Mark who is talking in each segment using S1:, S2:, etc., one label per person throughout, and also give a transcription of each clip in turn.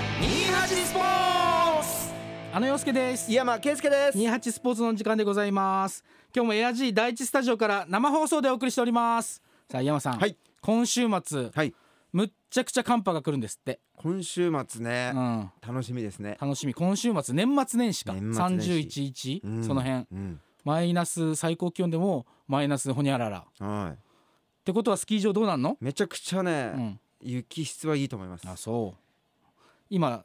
S1: 28スポーツ
S2: あの洋介です
S1: 井山圭介です
S2: 28スポーツの時間でございます今日もエアジー第一スタジオから生放送でお送りしておりますさあ井山さん、
S1: はい
S2: 今週末
S1: はい
S2: むっちゃくちゃ寒波が来るんですって、
S1: 今週末ね
S2: う、ん、
S1: 楽しみですね
S2: 楽しみ今週末年末年始か
S1: 年末年始
S2: 31日、
S1: うん
S2: その辺
S1: うん
S2: マイナス最高気温でもマイナスほにゃららっ
S1: は
S2: てことはスキー場どうなんの
S1: いめちゃくちゃね、
S2: うん
S1: 雪質はいいと思います
S2: あそう今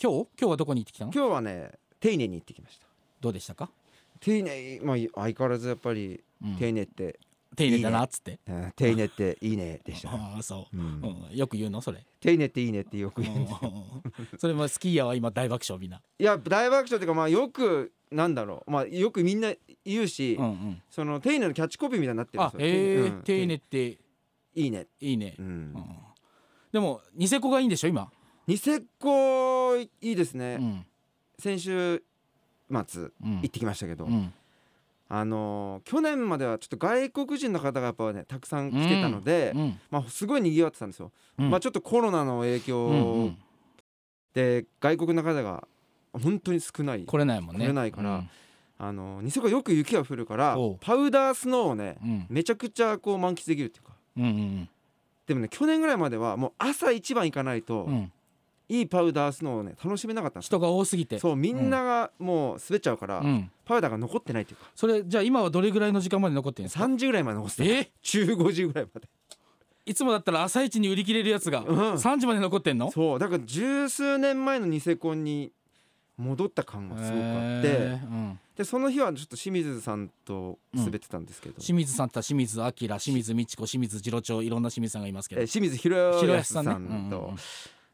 S2: 今日今日はどこに行ってきたの
S1: 今日はね丁寧に行ってきました
S2: どうでしたか、
S1: 丁寧まあ相変わらずやっぱり
S2: うん、丁
S1: 丁寧って、
S2: 寧だなっつって
S1: うん丁寧っていいねでした、、
S2: ああそうう、うんん、よく言うのそれ
S1: 丁寧っていいねってよく言うんです
S2: うん それもスキーヤーは今大爆笑みんな。
S1: いや大爆笑っていうかまあよくなんだろうまあよくみんな言うし、
S2: うんうん、
S1: その丁寧のキャッチコピーみたいになってる
S2: あ
S1: んですよ
S2: へえ
S1: うん
S2: 丁寧って
S1: いいね
S2: いいね
S1: う。
S2: うん
S1: ん
S2: でもニセコがいいんでしょ今。
S1: ニセコいいです
S2: う
S1: ね、
S2: ん
S1: 先週末
S2: うん
S1: 行ってきましたけど、
S2: うん
S1: あのー去年まではちょっと外国人の方がやっぱねたくさん来てたので、
S2: うん
S1: まあ、すごい賑わってたんですよ、
S2: うん
S1: まあちょっとコロナの影
S2: うんう
S1: 響
S2: ん
S1: で外国の方が本当に少ない、
S2: 来れないもんね。
S1: 来れないから
S2: うん
S1: あのーニセコよく雪が降るから
S2: おう
S1: パウダースノーをね
S2: うん
S1: めちゃくちゃこう満喫できるっていうか
S2: うんうん
S1: でもね去年ぐらいまではもう朝一番行かないと、
S2: うんうん
S1: いいパウダースノーをね楽しめなかったんです
S2: 人
S1: よ
S2: が多すぎて。
S1: そうみんながもう滑っちゃうから、
S2: うん
S1: パウダーが残ってないっていうか
S2: それじゃあ今はどれぐらいの時間まで残ってるんですか。
S1: 3時ぐらいまで残してた
S2: え
S1: 15時ぐらいまで
S2: いつもだったら朝一に売り切れるやつが
S1: うん
S2: 3時まで残ってんの。
S1: そうだから十数年前のニセコンに戻った感がすごくあって、
S2: へえうん
S1: でその日はちょっと清水さんと滑ってたんですけど、
S2: 清水さんって言ったら清水明清水美智子清水次郎長いろんな清水さんがいますけど
S1: えー。清水宏
S2: 白
S1: 保
S2: 安
S1: さ
S2: さ
S1: ん
S2: んね。
S1: と
S2: うんうんうん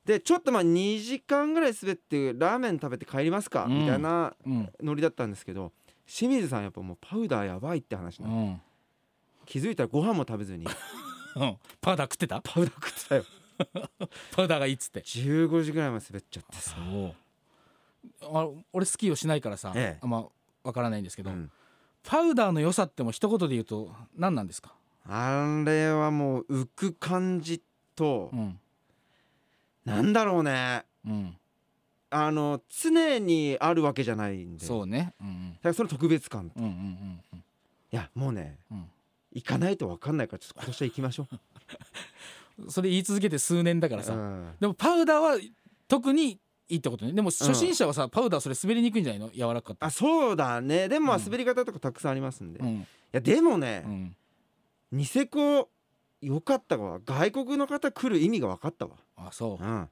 S1: でちょっとまあ2時間ぐらい滑ってラーメン食べて帰りますか、
S2: うん
S1: みたいな
S2: うん
S1: ノリだったんですけど清水さんやっぱもうパウダーやばいって話
S2: う
S1: な、
S2: んうん
S1: 気づいたらご飯も食べず に
S2: うんパウダー食ってた
S1: パウダー食ってたよ
S2: パウダーがいいっつって
S1: 15時ぐらいまで滑っちゃってさ、
S2: そうあ俺スキーをしないからさ、
S1: ええ
S2: あんまわからないんですけ
S1: う
S2: ど、
S1: ん、
S2: パウダーの良さってもう一言で言うと何なんですか、
S1: あれはもう浮く感じと、
S2: うん
S1: なんだろうね
S2: うん、
S1: あの常にあるわけじゃないんで
S2: そう
S1: だ
S2: ね、うん
S1: からその特別感
S2: うん、うんうんうん
S1: いやもうね
S2: うん
S1: 行かないと分かんないからちょっと今年は行きましょ う
S2: うんそれ言い続けて数年だからさ、
S1: うん
S2: でもパウダーは特にいいってことねでも初心者はさ、パウダーそれ滑りにくいんじゃないの柔らかかった
S1: あそうだねでもまあ
S2: うん
S1: 滑り方とかたくさんありますんで、
S2: う
S1: い
S2: ん
S1: やでもね
S2: う、ん、
S1: ニセコ良かったわ外国の方来る意味が分かったわ、、
S2: あそううん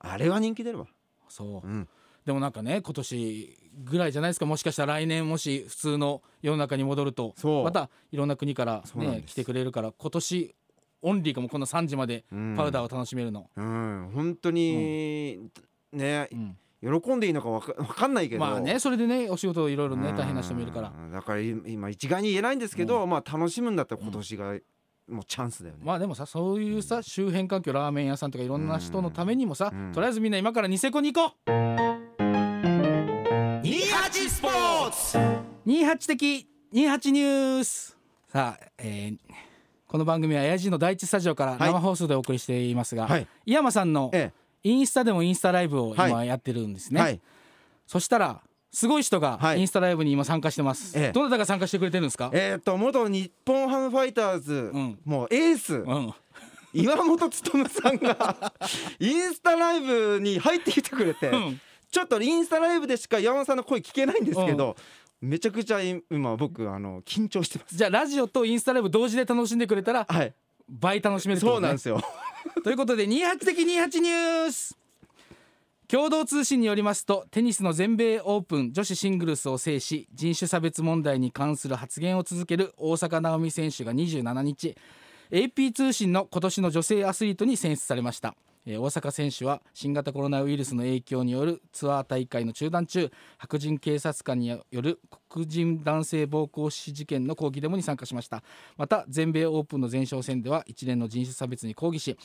S1: あれは人気出るわ、、
S2: そううんでもなんかね今年ぐらいじゃないですかもしかしたら来年もし普通の世の中に戻ると
S1: そう
S2: またいろんな国から、
S1: そうなん
S2: ね
S1: で、す
S2: 来てくれるから今年オンリーかもこの3時まで
S1: うん
S2: パウダーを楽しめるの、
S1: うん本当に、ね
S2: うん
S1: 喜んでいいのかわかわかんないけど
S2: まあねそれでねお仕事いろいろ
S1: う
S2: ね
S1: ん
S2: 大変な人もいるから
S1: だから今一概に言えないんですけど、まあ楽しむんだったら今年がもうチャンスだよね、
S2: まあでもさそういうさ周辺環境ラーメン屋さんとかいろんな人のためにもさ
S1: うん
S2: とりあえずみんな今からニセコに行こう
S1: 28スポーツ
S2: 28的28ニュースさあ、えーこの番組はエアジーの第一スタジオから
S1: はい
S2: 生放送でお送りしていますが、
S1: はい
S2: 井山さんの
S1: え
S2: インスタでもインスタライブを
S1: は
S2: 今やってるんです
S1: え
S2: ね、
S1: はい
S2: そしたらすごい人が
S1: はい
S2: インスタライブに今参加してます、
S1: ええ
S2: どなたが参加してくれてるんですか、
S1: えーっと元日本ハムファイターズ、
S2: うん
S1: もうエース
S2: うん、
S1: 岩本勉さんが インスタライブに入ってきてくれて、
S2: うん
S1: ちょっとインスタライブでしか岩本さんの声聞けないんですけど、めちゃくちゃ今僕あの緊張してます
S2: じゃあラジオとインスタライブ同時で楽しんでくれたら
S1: はい
S2: 倍楽しめるってこ
S1: そう
S2: と
S1: なん
S2: ね
S1: ですよ
S2: ということで28的28ニュース共同通信によりますとテニスの全米オープン女子シングルスを制し人種差別問題に関する発言を続ける大坂なおみ選手が27日 AP 通信の今年の女性アスリートに選出されました、えー大坂選手は新型コロナウイルスの影響によるツアー大会の中断中白人警察官による黒人男性暴行死事件の抗議デモに参加しましたまた全米オープンの前哨戦では一連の人種差別に抗議し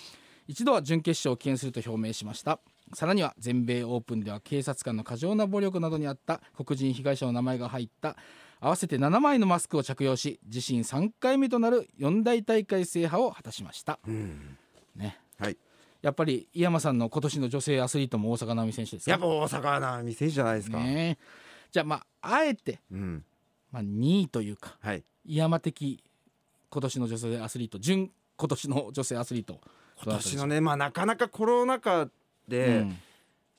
S2: 一度は準決勝を棄権すると表明しましたさらには全米オープンでは警察官の過剰な暴力などにあった黒人被害者の名前が入った合わせて7枚のマスクを着用し自身3回目となる四大大会制覇を果たしました、ね
S1: はい
S2: やっぱり井山さんの今年の女性アスリートも大坂なおみ選手ですか
S1: やっぱ大阪な店じゃないですか、
S2: ねえじゃあまああえて、
S1: うん
S2: まあ、2位というか
S1: はい
S2: 井山的今年の女性アスリート準今年の女性アスリート
S1: 今年のねまあなかなかコロナ禍で、
S2: うん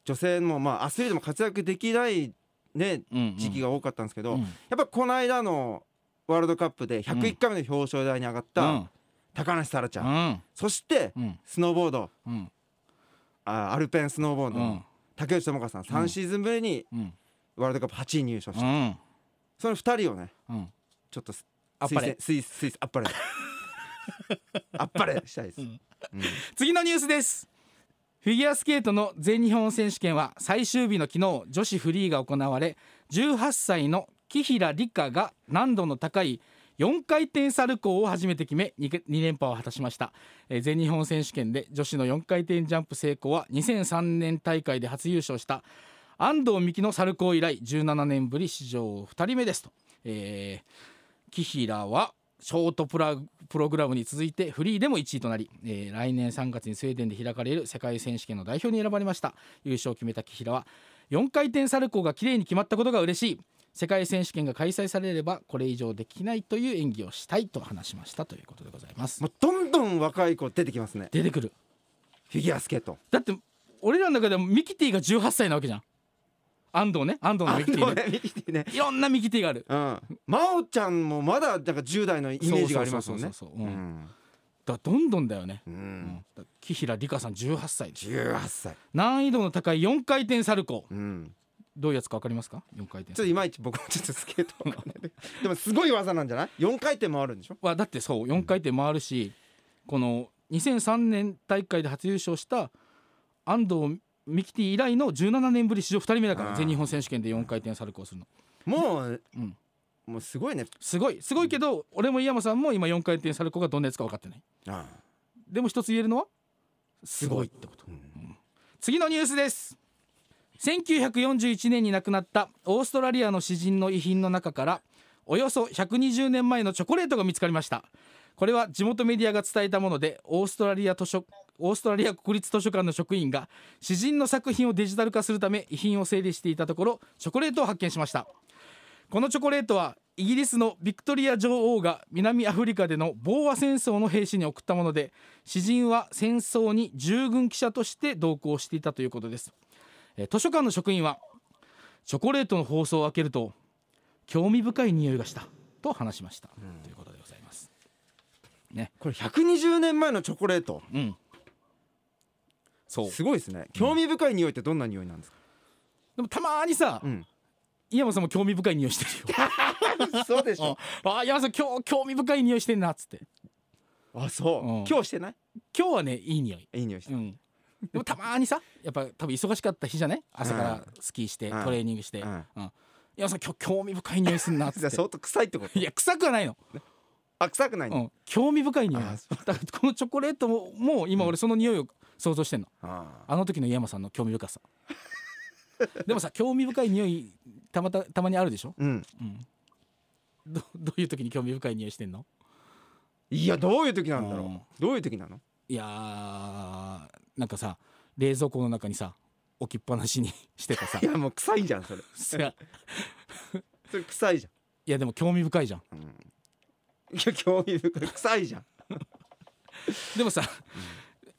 S1: 女性もまあアスリートも活躍できないね
S2: うんうん
S1: 時期が多かったんですけど、
S2: うん
S1: やっぱこの間のワールドカップで101回目の表彰台に上がっ
S2: う
S1: た
S2: ん
S1: 高梨沙羅ちゃん、
S2: うん
S1: そして
S2: うん
S1: スノーボード
S2: うん
S1: あアルペンスノーボード
S2: う
S1: の
S2: ん
S1: 竹内智香さん3シーズンぶりに
S2: うん
S1: ワールドカップ8位入賞し
S2: う
S1: た、
S2: ん
S1: その2人をね
S2: うん
S1: ちょっとす
S2: あっぱれ
S1: 推薦推推あ っぱれあっぱれしたいです、
S2: ん
S1: うん
S2: 次のニュースですフィギュアスケートの全日本選手権は最終日の昨日女子フリーが行われ18歳の紀平梨花が難度の高い4回転サルコーを初めて決め 2, 連覇を果たしました、えー全日本選手権で女子の4回転ジャンプ成功は2003年大会で初優勝した安藤美希のサルコー以来17年ぶり史上2人目ですと、えー紀平はショートプラプログラムに続いてフリーでも1位となり、えー来年3月にスウェーデンで開かれる世界選手権の代表に選ばれました優勝を決めた紀平は4回転サルコーが綺麗に決まったことが嬉しい世界選手権が開催されればこれ以上できないという演技をしたいと話しましたということでございます
S1: もうどんどん若い子出てきますね
S2: 出てくる
S1: フィギュアスケート
S2: だって俺らの中でもミキティが18歳なわけじゃん安藤ね安藤のミキティ、ね、
S1: ね ミキティね
S2: いろんなミキティがある
S1: うん真央ちゃんもまだなんか10代のイメージがありますもんね
S2: そうそうそう
S1: う
S2: そううんだ
S1: ん
S2: からどんどんだよね、
S1: う
S2: うんん、だから紀平梨花さん18歳です
S1: 18歳
S2: 難易度の高い4回転サルコー
S1: うん
S2: どういうやつか分かりますか4回
S1: ちょっと
S2: 転
S1: いまいち僕もちょっとスケートわかんない でもすごい技なんじゃない4回転もあるんでしょ
S2: はだってそう4回転回るし、この2003年大会で初優勝した安藤美希ティ以来の17年ぶり史上2人目だか
S1: あ
S2: ら
S1: ー
S2: 全日本選手権で4回転サルコーするの
S1: もう、
S2: うん
S1: もうすごいね
S2: すごいすごいけど俺も井山さんも今4回転サルコーがどんなやつか分かってない
S1: あ
S2: でも一つ言えるのはすごいってこと次のニュースです1941年に亡くなったオーストラリアの詩人の遺品の中からおよそ120年前のチョコレートが見つかりましたこれは地元メディアが伝えたものでオーストラリア図書オーストラリア国立図書館の職員が詩人の作品をデジタル化するため遺品を整理していたところチョコレートを発見しましたこのチョコレートはイギリスのビクトリア女王が南アフリカでのボーア戦争の兵士に送ったもので詩人は戦争に従軍記者として同行していたということですえー図書館の職員はチョコレートの包装を開けると興味深い匂いがしたと話しました、ということでございます
S1: これ120年前のチョコレート
S2: うんそう
S1: すごいですね興味深い匂いってどんな匂いなんですか、
S2: でもたまにさ、
S1: うん、
S2: 井山さんも興味深い匂いしてるよ
S1: そうでし
S2: あ
S1: ょ
S2: あー井山さん今日興味深い匂いしてんなっつって
S1: あそう、
S2: うん
S1: 今日してない
S2: 今日はねいい匂い
S1: いい匂いして
S2: う
S1: る、
S2: ん、でもたまにさやっぱ多分忙しかった日じゃない朝からスキーして
S1: うん
S2: トレーニングして「
S1: う
S2: うんんいやさ今日興味深い匂いすんな」っつ
S1: じゃあ
S2: っ
S1: 相当 臭いってこと
S2: ていや臭くはないの、
S1: あ臭くないん
S2: う
S1: だ、
S2: ん、興味深い匂いなんです
S1: あ
S2: だからこのチョコレートももう今俺その匂いを想像してんの
S1: あ
S2: あの時の井山さんの興味深さでもさ興味深い匂いたまたたまにあるでしょ
S1: ーうん
S2: どどういう時に興味深い匂いしてんの
S1: いやどういう時なんだろう、
S2: うん
S1: どういう時なの
S2: いやーなんかさ冷蔵庫の中にさ置きっぱなしにしてたさ
S1: いやもう臭いじゃんそれ
S2: さ
S1: それ臭いじ
S2: いやでも興味深いじゃん
S1: ゃん、うん、いや興味深い臭いじゃん
S2: でもさ、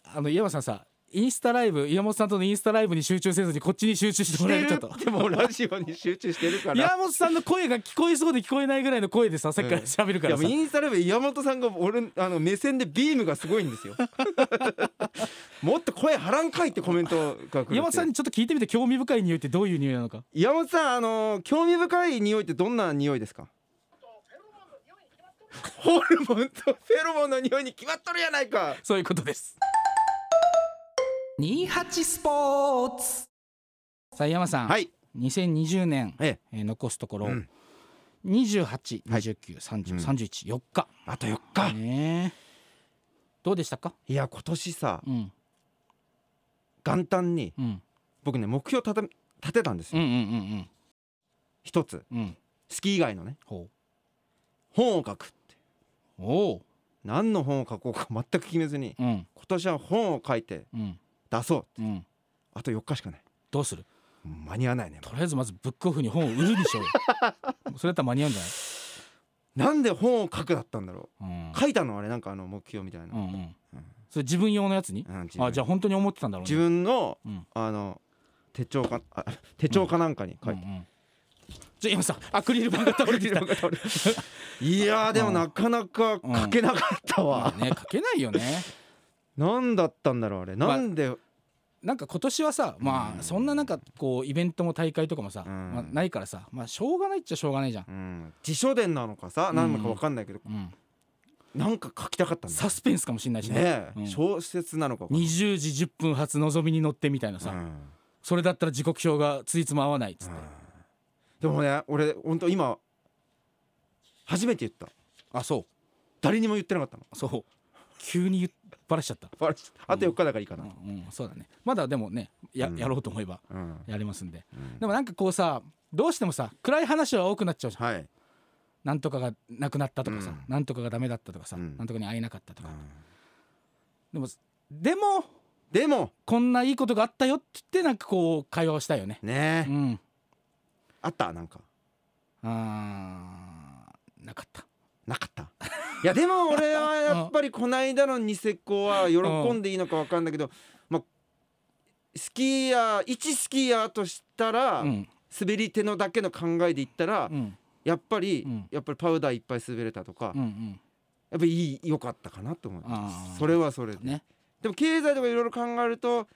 S2: あの岩間さんさインスタライブ岩本さんとのインスタライブに集中せずにこっちに集中して
S1: し
S2: もらえる
S1: てる
S2: ちょ
S1: っ
S2: っと
S1: てもうラジオに集中してるから
S2: 岩本さんの声が聞こえそうで聞こえないぐらいの声でささっきから喋るか
S1: いや
S2: ら
S1: も
S2: さ、
S1: うインスタライブ岩本さんが俺あの目線でビームがすごいんですよもっと声張らんかいってコメントが来るって
S2: 岩本さんにちょっと聞いてみて興味深い匂いってどういう匂いなのか
S1: 岩本さんあのー興味深い匂いってどんな匂いですかホルモンとフェロモンの匂いに決まっとるやないか
S2: そういうことです28スポーツさあ山さん、
S1: はい
S2: 2020年、
S1: ええ
S2: えー残すところ、
S1: うん
S2: 28、
S1: はい
S2: 29、30、
S1: うん
S2: 31、4日、
S1: あと4日
S2: ねえどうでしたか
S1: いや今年さ
S2: うん
S1: 元旦に
S2: うん
S1: 僕ね目標立て立てたんです
S2: うんう
S1: よ
S2: んうん
S1: 一つ
S2: うんうん
S1: スキー以外のね
S2: ほう
S1: 本を書くって
S2: おお
S1: 何の本を書こうか 全く決めずに
S2: うん
S1: 今年は本を書いて
S2: うん
S1: 出そう
S2: うん
S1: あと4日しかない
S2: どうする
S1: 間に合わないね
S2: とりあえずまずブックオフに本を売るにし ようよそれだったら間に合うんじゃ
S1: なんで本を書くだったんだろ
S2: ないう
S1: 書いたのあれなんかあの目標みたいな、
S2: うんうんうん
S1: うん
S2: それ自分用のやつに
S1: うん自分
S2: あじゃあ本当に思ってたんだろうね
S1: 自分の、
S2: うん
S1: あの手帳かあ手帳かなんかに書いて、
S2: うんうんちょ今さアクリル板 が倒れてきた
S1: いやーでもなかなか書けなかったわ
S2: ま、あね書けないよね
S1: なんだったんだろうあれなんで、
S2: なんか今年はさま
S1: うん
S2: あそんななんかこうイベントも大会とかもさ、
S1: うん
S2: まあ、ないからさまあしょうがないっちゃしょうがないじゃん、
S1: うん、辞書伝なのかさ何なのかわかんないけど、
S2: うん、
S1: なんか書きたかったんだ
S2: サスペンスかもしんないしね
S1: ねえ、
S2: うん
S1: 小説なのかわかんない
S2: 20時10分発のぞみに乗ってみたいなさ、
S1: うん
S2: それだったら時刻表がついつも合わないっつって、
S1: でもね俺本当今初めて言った
S2: あそ
S1: 誰にも言ってなかったの
S2: うそう急に言っバラしちゃった、
S1: あれあと4日だからいいか
S2: う
S1: な、
S2: んうんそうだねまだでもねや,、
S1: うん
S2: やろうと思えば
S1: うん
S2: やれますんで
S1: うん
S2: でもなんかこうさどうしてもさ暗い話は多くなっちゃうじゃん
S1: はい、
S2: なんとかがなくなったとかさ、
S1: うん
S2: なんとかがダメだったとかさ、
S1: うん
S2: なんとかに会えなかったと
S1: う
S2: か、
S1: ん
S2: でもでも
S1: でも
S2: こんないいことがあったよって言ってなんかこう会話をしたいよね
S1: ね
S2: う
S1: え、
S2: ん
S1: あったなんか
S2: あーなかった
S1: なかったいやでも俺はやっぱりこの間のニセコは喜んでいいのかわかんないけど、まあスキーヤー一スキーヤーとしたら、
S2: うん
S1: 滑り手のだけの考えで言ったら、
S2: うん
S1: やっぱり、
S2: うん
S1: やっぱりパウダーいっぱい滑れたとか、
S2: うんうん
S1: やっぱいい良かったかなと思いま
S2: あー
S1: すそれはそれで、
S2: ね
S1: でも経済とかいろいろ考えると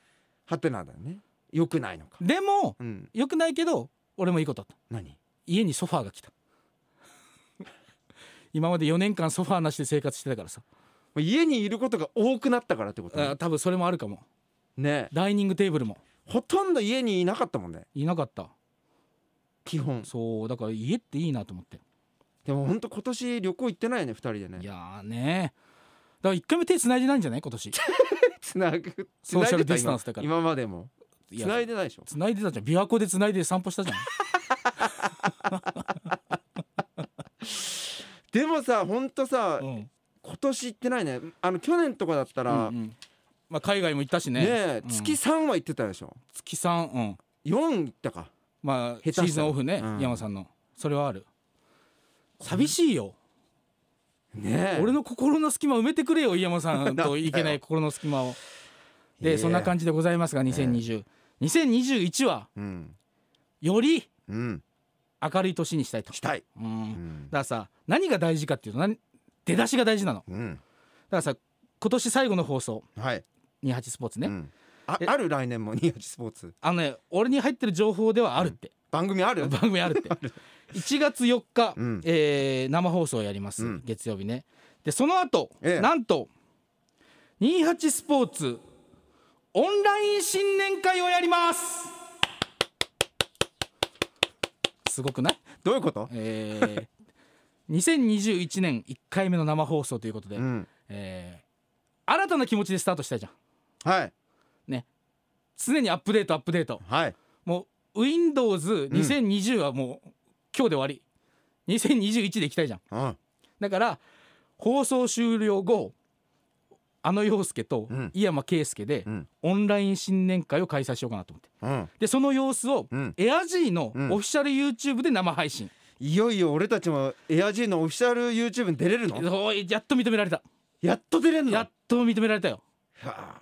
S1: ハテナだよね良くないのか
S2: でも
S1: うん
S2: よくないけど俺もいいことあった
S1: 何
S2: 家にソファーが来た 今まで4年間ソファーなしで生活してたからさ、
S1: もう家にいることが多くなったからってこと
S2: あ
S1: ね
S2: ー多分それもあるかも
S1: ね
S2: ダイニングテーブルも
S1: ほとんど家にいなかったもんね
S2: いなかった
S1: 基本
S2: そうだから家っていいなと思って
S1: でも本当今年旅行行ってないよね二人でね
S2: いやーねだから一回も手繋いでないんじゃない今年
S1: つなぐ
S2: ソーシャルデ
S1: 繋いでた
S2: ィスタンスだから
S1: 今今までも
S2: いや
S1: 繋いでないでしょ
S2: 繋いでたじゃん琵琶湖で繋いで散歩したじゃん
S1: でもさ本当さ、
S2: うん
S1: 今年行ってないねあの去年とかだったら、
S2: うんうんまあ、海外も行ったしね
S1: ねえ
S2: うん
S1: 月3は行ってたでしょ
S2: 月さん、うん、
S1: 4行ったか
S2: まあシ
S1: 手したら
S2: ーズンオフね、
S1: うん
S2: 山さんのそれはある寂しいよ、
S1: ねえ
S2: 俺の心の隙間埋めてくれよ飯山さ ん
S1: だよ
S2: といけない心の隙間をで、
S1: いや
S2: そんな感じでございますが2020、2021は
S1: うん
S2: より
S1: うん
S2: 明るい年にしたいと
S1: したい、
S2: う
S1: うん
S2: だ
S1: ん
S2: からさ何が大事かっていうと何出だしが大事なの
S1: うん、
S2: だからさ今年最後の放送
S1: はい
S2: 28スポーツね、
S1: うんあ
S2: え
S1: ある来年もニヤチスポーツ
S2: あのね俺に入ってる情報ではあるって、
S1: 番組ある
S2: 番組あるって1月4日、
S1: うん
S2: えー生放送やります、
S1: うん
S2: 月曜日ねでその後、
S1: ええ
S2: なんと28スポーツオンライン新年会をやりますすごくない、
S1: どういうこと、
S2: え ー2021年1回目の生放送ということで、
S1: うん
S2: えー新たな気持ちでスタートしたいじゃん
S1: はい
S2: 常にアップデートアップデート
S1: はい
S2: もう Windows2020 はもう今日で終わり2021でいきたいじゃん
S1: うん
S2: だから放送終了後あの陽介と
S1: うん
S2: 井山圭介で
S1: うん
S2: オンライン新年会を開催しようかなと思って
S1: うん
S2: でその様子を
S1: うん
S2: エアジーのオフ
S1: うん
S2: ィシャル YouTube で生配信、
S1: いよいよ俺たちもエアジーのオフィシャル YouTube に出れるの
S2: おいやっと認められた
S1: やっと出れんの
S2: やっと認められたよ
S1: はあ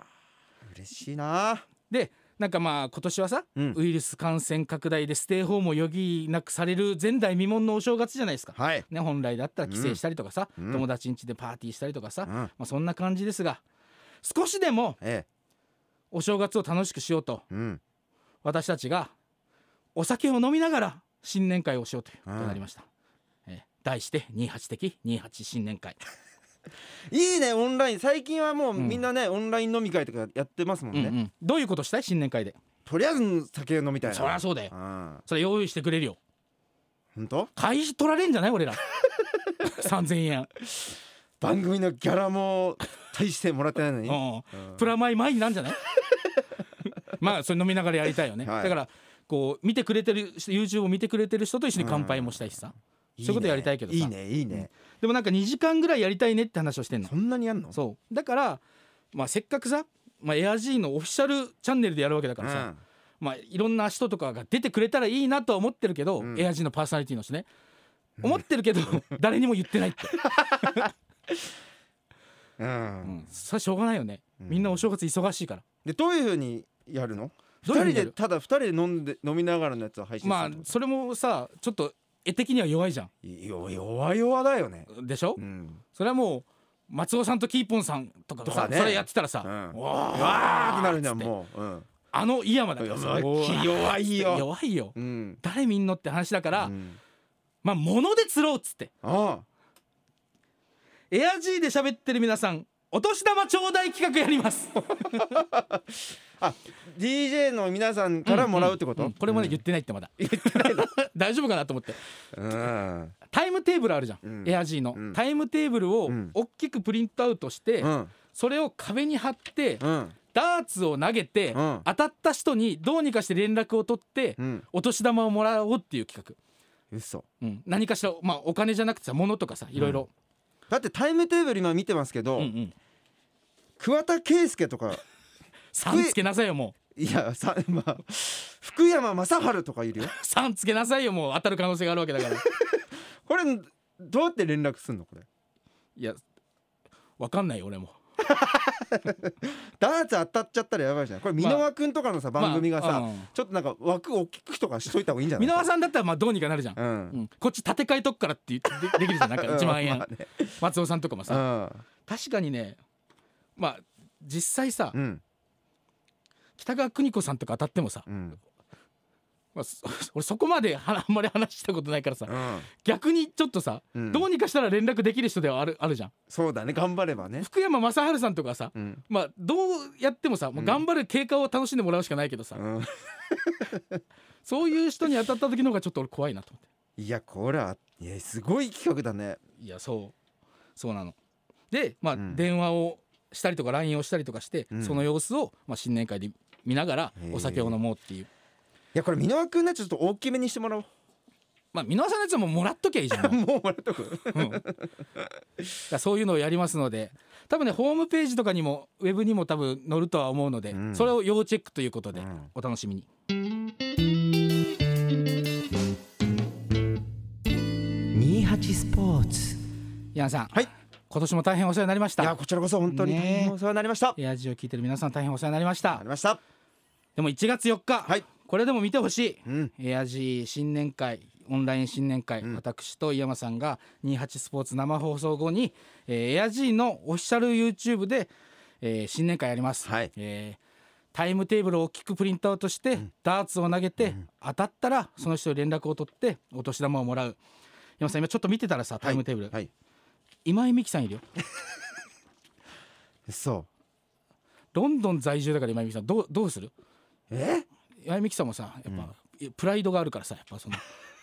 S1: 嬉しいな
S2: でなんかまあ今年はさ、
S1: うん
S2: ウイルス感染拡大でステイホームを余儀なくされる前代未聞のお正月じゃないですか、
S1: はい、
S2: ね、本来だったら帰省したりとかさ、
S1: うん
S2: 友達ん家でパーティーしたりとかさ、
S1: う
S2: ま
S1: ん、
S2: あ、そんな感じですが少しでも
S1: ええ
S2: お正月を楽しくしようと
S1: うん
S2: 私たちがお酒を飲みながら新年会をしようということになりました、えー題して28的28新年会、
S1: いいねオンライン最近はもう
S2: うん
S1: みんなね、オンライン飲み会とかやってますもん
S2: うん
S1: ね、
S2: うんどういうことしたい新年会で
S1: とりあえず酒飲みたいな
S2: そりゃそうだよ
S1: うん
S2: それ用意してくれるよ
S1: 本当
S2: 会費取られんじゃない 俺ら3000円、
S1: 番組のギャラも大してもらってないのに、
S2: う
S1: うん
S2: ん、プラマイマイになんじゃ ないまあそれ飲みながらやりたいよね、
S1: はい
S2: だからこう見てくれてる人 YouTube を見てくれてる人と一緒に乾杯もしたいしさ、そういうことやりたいけどさ
S1: いいねいいね、
S2: でもなんか2時間ぐらいやりたいねって話をしてんの
S1: そんなにやんの
S2: そうだから、まあ、せっかくさ、まあ、エアジーのオフィシャルチャンネルでやるわけだからさ、まあ、いろんな人とかが出てくれたらいいなとは思ってるけど、
S1: うん
S2: エアジーのパーソナリティの人ね思ってる けど、誰にも言ってないって、
S1: うん、うん
S2: うん、それしょうがないよねみんなお正月忙しいから、
S1: でどういうふうにやるの
S2: どういうふう
S1: 二人
S2: にや
S1: で
S2: る
S1: ただ二人で飲んで飲みながらのやつを配信す
S2: まあ
S1: るの
S2: それもさちょっと絵的には弱いじゃ
S1: いよ弱々だよね
S2: んでしょ、
S1: うん
S2: それはもう松尾さんとキーポンさんとかが
S1: と
S2: さ、
S1: かね
S2: それやってたらさ、
S1: うん
S2: わ
S1: わーってなるん
S2: じ
S1: じ
S2: ゃ
S1: ゃ
S2: ん
S1: んもううん
S2: あの井山だからさ
S1: 弱い弱いよ
S2: 弱いよ
S1: うん
S2: 誰見んのって話だから、
S1: うん
S2: まあ物で釣ろうっつって
S1: あ
S2: エアジーで喋ってる皆さんお年玉ちょうだい企画やり ます
S1: ああ DJ の皆さんからもらうってこと、
S2: んこれまで言ってないってま だ、 大丈夫かなと思って
S1: うん
S2: タイムテーブルあるじゃん、
S1: うん
S2: エアジーの、
S1: うん
S2: タイムテーブルを
S1: うん
S2: 大きくプリントアウトして、
S1: うん
S2: それを壁に貼って、
S1: うん
S2: ダーツを投げて、
S1: うん
S2: 当たった人にどうにかして連絡を取って、
S1: うん
S2: お年玉をもらおうっていう企
S1: 嘘
S2: 画、うん、何かしら、まあ、お金じゃなくてさ物とかさいろいろ、
S1: だってタイムテーブル今見てますけど、
S2: うんうん、
S1: 桑田佳祐とか
S2: さんつけなさいよも
S1: いやさまあ福山雅治とかいるよ
S2: うさんつけなさいよもう当たる可能性があるわけだから
S1: これどうやって連絡すんのこれ
S2: いやわかんないよ俺も
S1: ダーツ当たっちゃったらやばいじゃんこれ箕輪君とかのさ、番組がさ、
S2: まあうん
S1: ちょっとなんか枠大きくとかしといた方がいいんじゃない
S2: 箕輪さんだったらまあどうにかなるじゃん、
S1: う
S2: うんん、こっち立て替えとくからって言ってでできるじゃんなんか1万円、
S1: まあね
S2: 松尾さんとかも
S1: う
S2: さ
S1: ん
S2: 確かにねまあ実際さ
S1: うん
S2: 北川邦子さんとか当たってもさ、
S1: うん
S2: まあ、そ俺そこまではあんまり話したことないからさ
S1: うん
S2: 逆にちょっとさ、
S1: うん
S2: どうにかしたら連絡できる人ではあるあるじゃん
S1: そうだね頑張ればね
S2: 福山雅治さんとかさ、
S1: うん
S2: まあどうやってもさ、もう頑張る経過を楽しんでもらうしかないけどさ、
S1: うん
S2: そういう人に当たった時の方がちょっと俺怖いなと思って
S1: いやこれはいやすごい企画だね
S2: いやそうそうなのでまあ、
S1: うん
S2: 電話をしたりとか LINE をしたりとかして、
S1: うん
S2: その様子を、まあ、新年会で見ながら
S1: へえ
S2: お酒を飲もうっていう
S1: いやこれ箕輪君ねちょっと大きめにしてもらおう
S2: まあ箕輪さんのやつはもうもらっときゃいいじゃん もう
S1: もうもらっとく
S2: うん、だからそういうのをやりますので多分ねホームページとかにもウェブにも多分載るとは思うので、
S1: うん
S2: それを要チェックということで、
S1: うん
S2: お楽しみに。
S1: 28スポーツ
S2: ヤンさん、
S1: はい
S2: 今年も大変お世話になりまし
S1: いや
S2: た。
S1: こちらこそ本当に大変お世話になりました、
S2: エアジを聞いてる皆さん大変お世話になりました
S1: なり。ました
S2: でも1月4日、
S1: はい
S2: これでも見てほしい、
S1: うん
S2: エアジ新年会オンライン新年会、
S1: うん
S2: 私と井山さんが28スポーツ生放送後に、えーエアジのオフィシャル YouTube で、えー新年会やります、
S1: はい
S2: えータイムテーブルを大きくプリントアウトして、ダーツを投げて、当たったらその人に連絡を取ってお年玉をもらう井山さん今ちょっと見てたらさタイムテーブル、
S1: はい
S2: 今井美樹さんいるよ
S1: そ
S2: ロンドン在住だから今井美樹さんどうどうする
S1: うえ
S2: 八重美樹さんもさやっぱ、プライドがあるからさやっぱその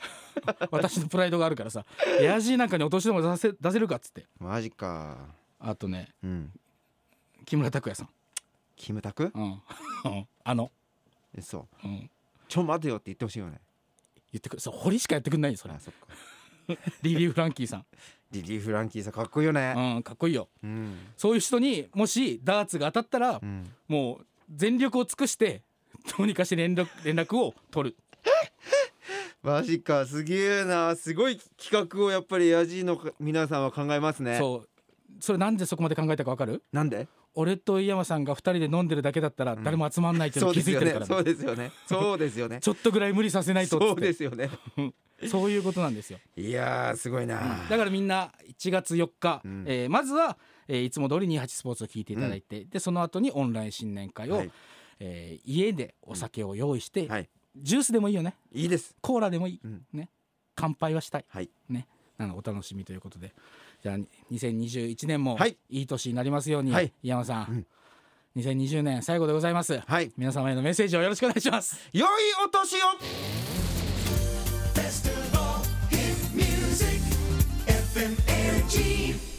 S2: 私のプライドがあるからさエアジーなんかに落とし玉出せ出せるかっつって
S1: マジか
S2: あとね
S1: うん
S2: 木村拓哉さん、
S1: キムタク
S2: うん、あの、
S1: そう
S2: うん、
S1: ちょ待てよって言ってほしいよね
S2: 言ってくるそう堀しかやってくんないよそれ
S1: あそっか
S2: リリー・フランキーさ
S1: リリー・フランキーさんかっこいいよね
S2: ん、うん、かっこいいよ
S1: うん
S2: そういう人にもしダーツが当たったら、
S1: うん
S2: もう全力を尽くしてどうにかして連絡連絡を取る
S1: マジかすげえなすごい企画をやっぱりヤジーの皆さんは考えますね
S2: そうそれなんでそこまで考えたかわかる
S1: なんで
S2: 俺と井山さんが2人で飲んでるだけだったら誰も集まんないっていうの
S1: そう
S2: 気
S1: で
S2: づ
S1: す
S2: いて
S1: よ
S2: るか
S1: ね
S2: ら、ね
S1: そうですよねそうですよね
S2: ちょっとぐらい無理させないとっつ
S1: そ
S2: っ
S1: うで
S2: て
S1: すよね
S2: そういうことなんですよ
S1: いやーすごいな
S2: だからみんな1月4日、
S1: うん
S2: えーまずは、えーいつも通り28スポーツを聞いていただいて、でその後にオンライン新年会を、
S1: はい
S2: えー家でお酒を用意して、
S1: はい
S2: ジュースでもいいよね
S1: いいです
S2: コーラでもいい、
S1: うん
S2: ね乾杯はしたい
S1: はい
S2: ねなのお楽しみということでじゃあ2021年も
S1: はい
S2: いい年になりますように、
S1: はい
S2: 井山さ
S1: うん
S2: ん、2020年最後でございます、
S1: はい
S2: 皆様へのメッセージをよろしくお願いします
S1: 良いお年を
S3: Festival Hit Music FMNG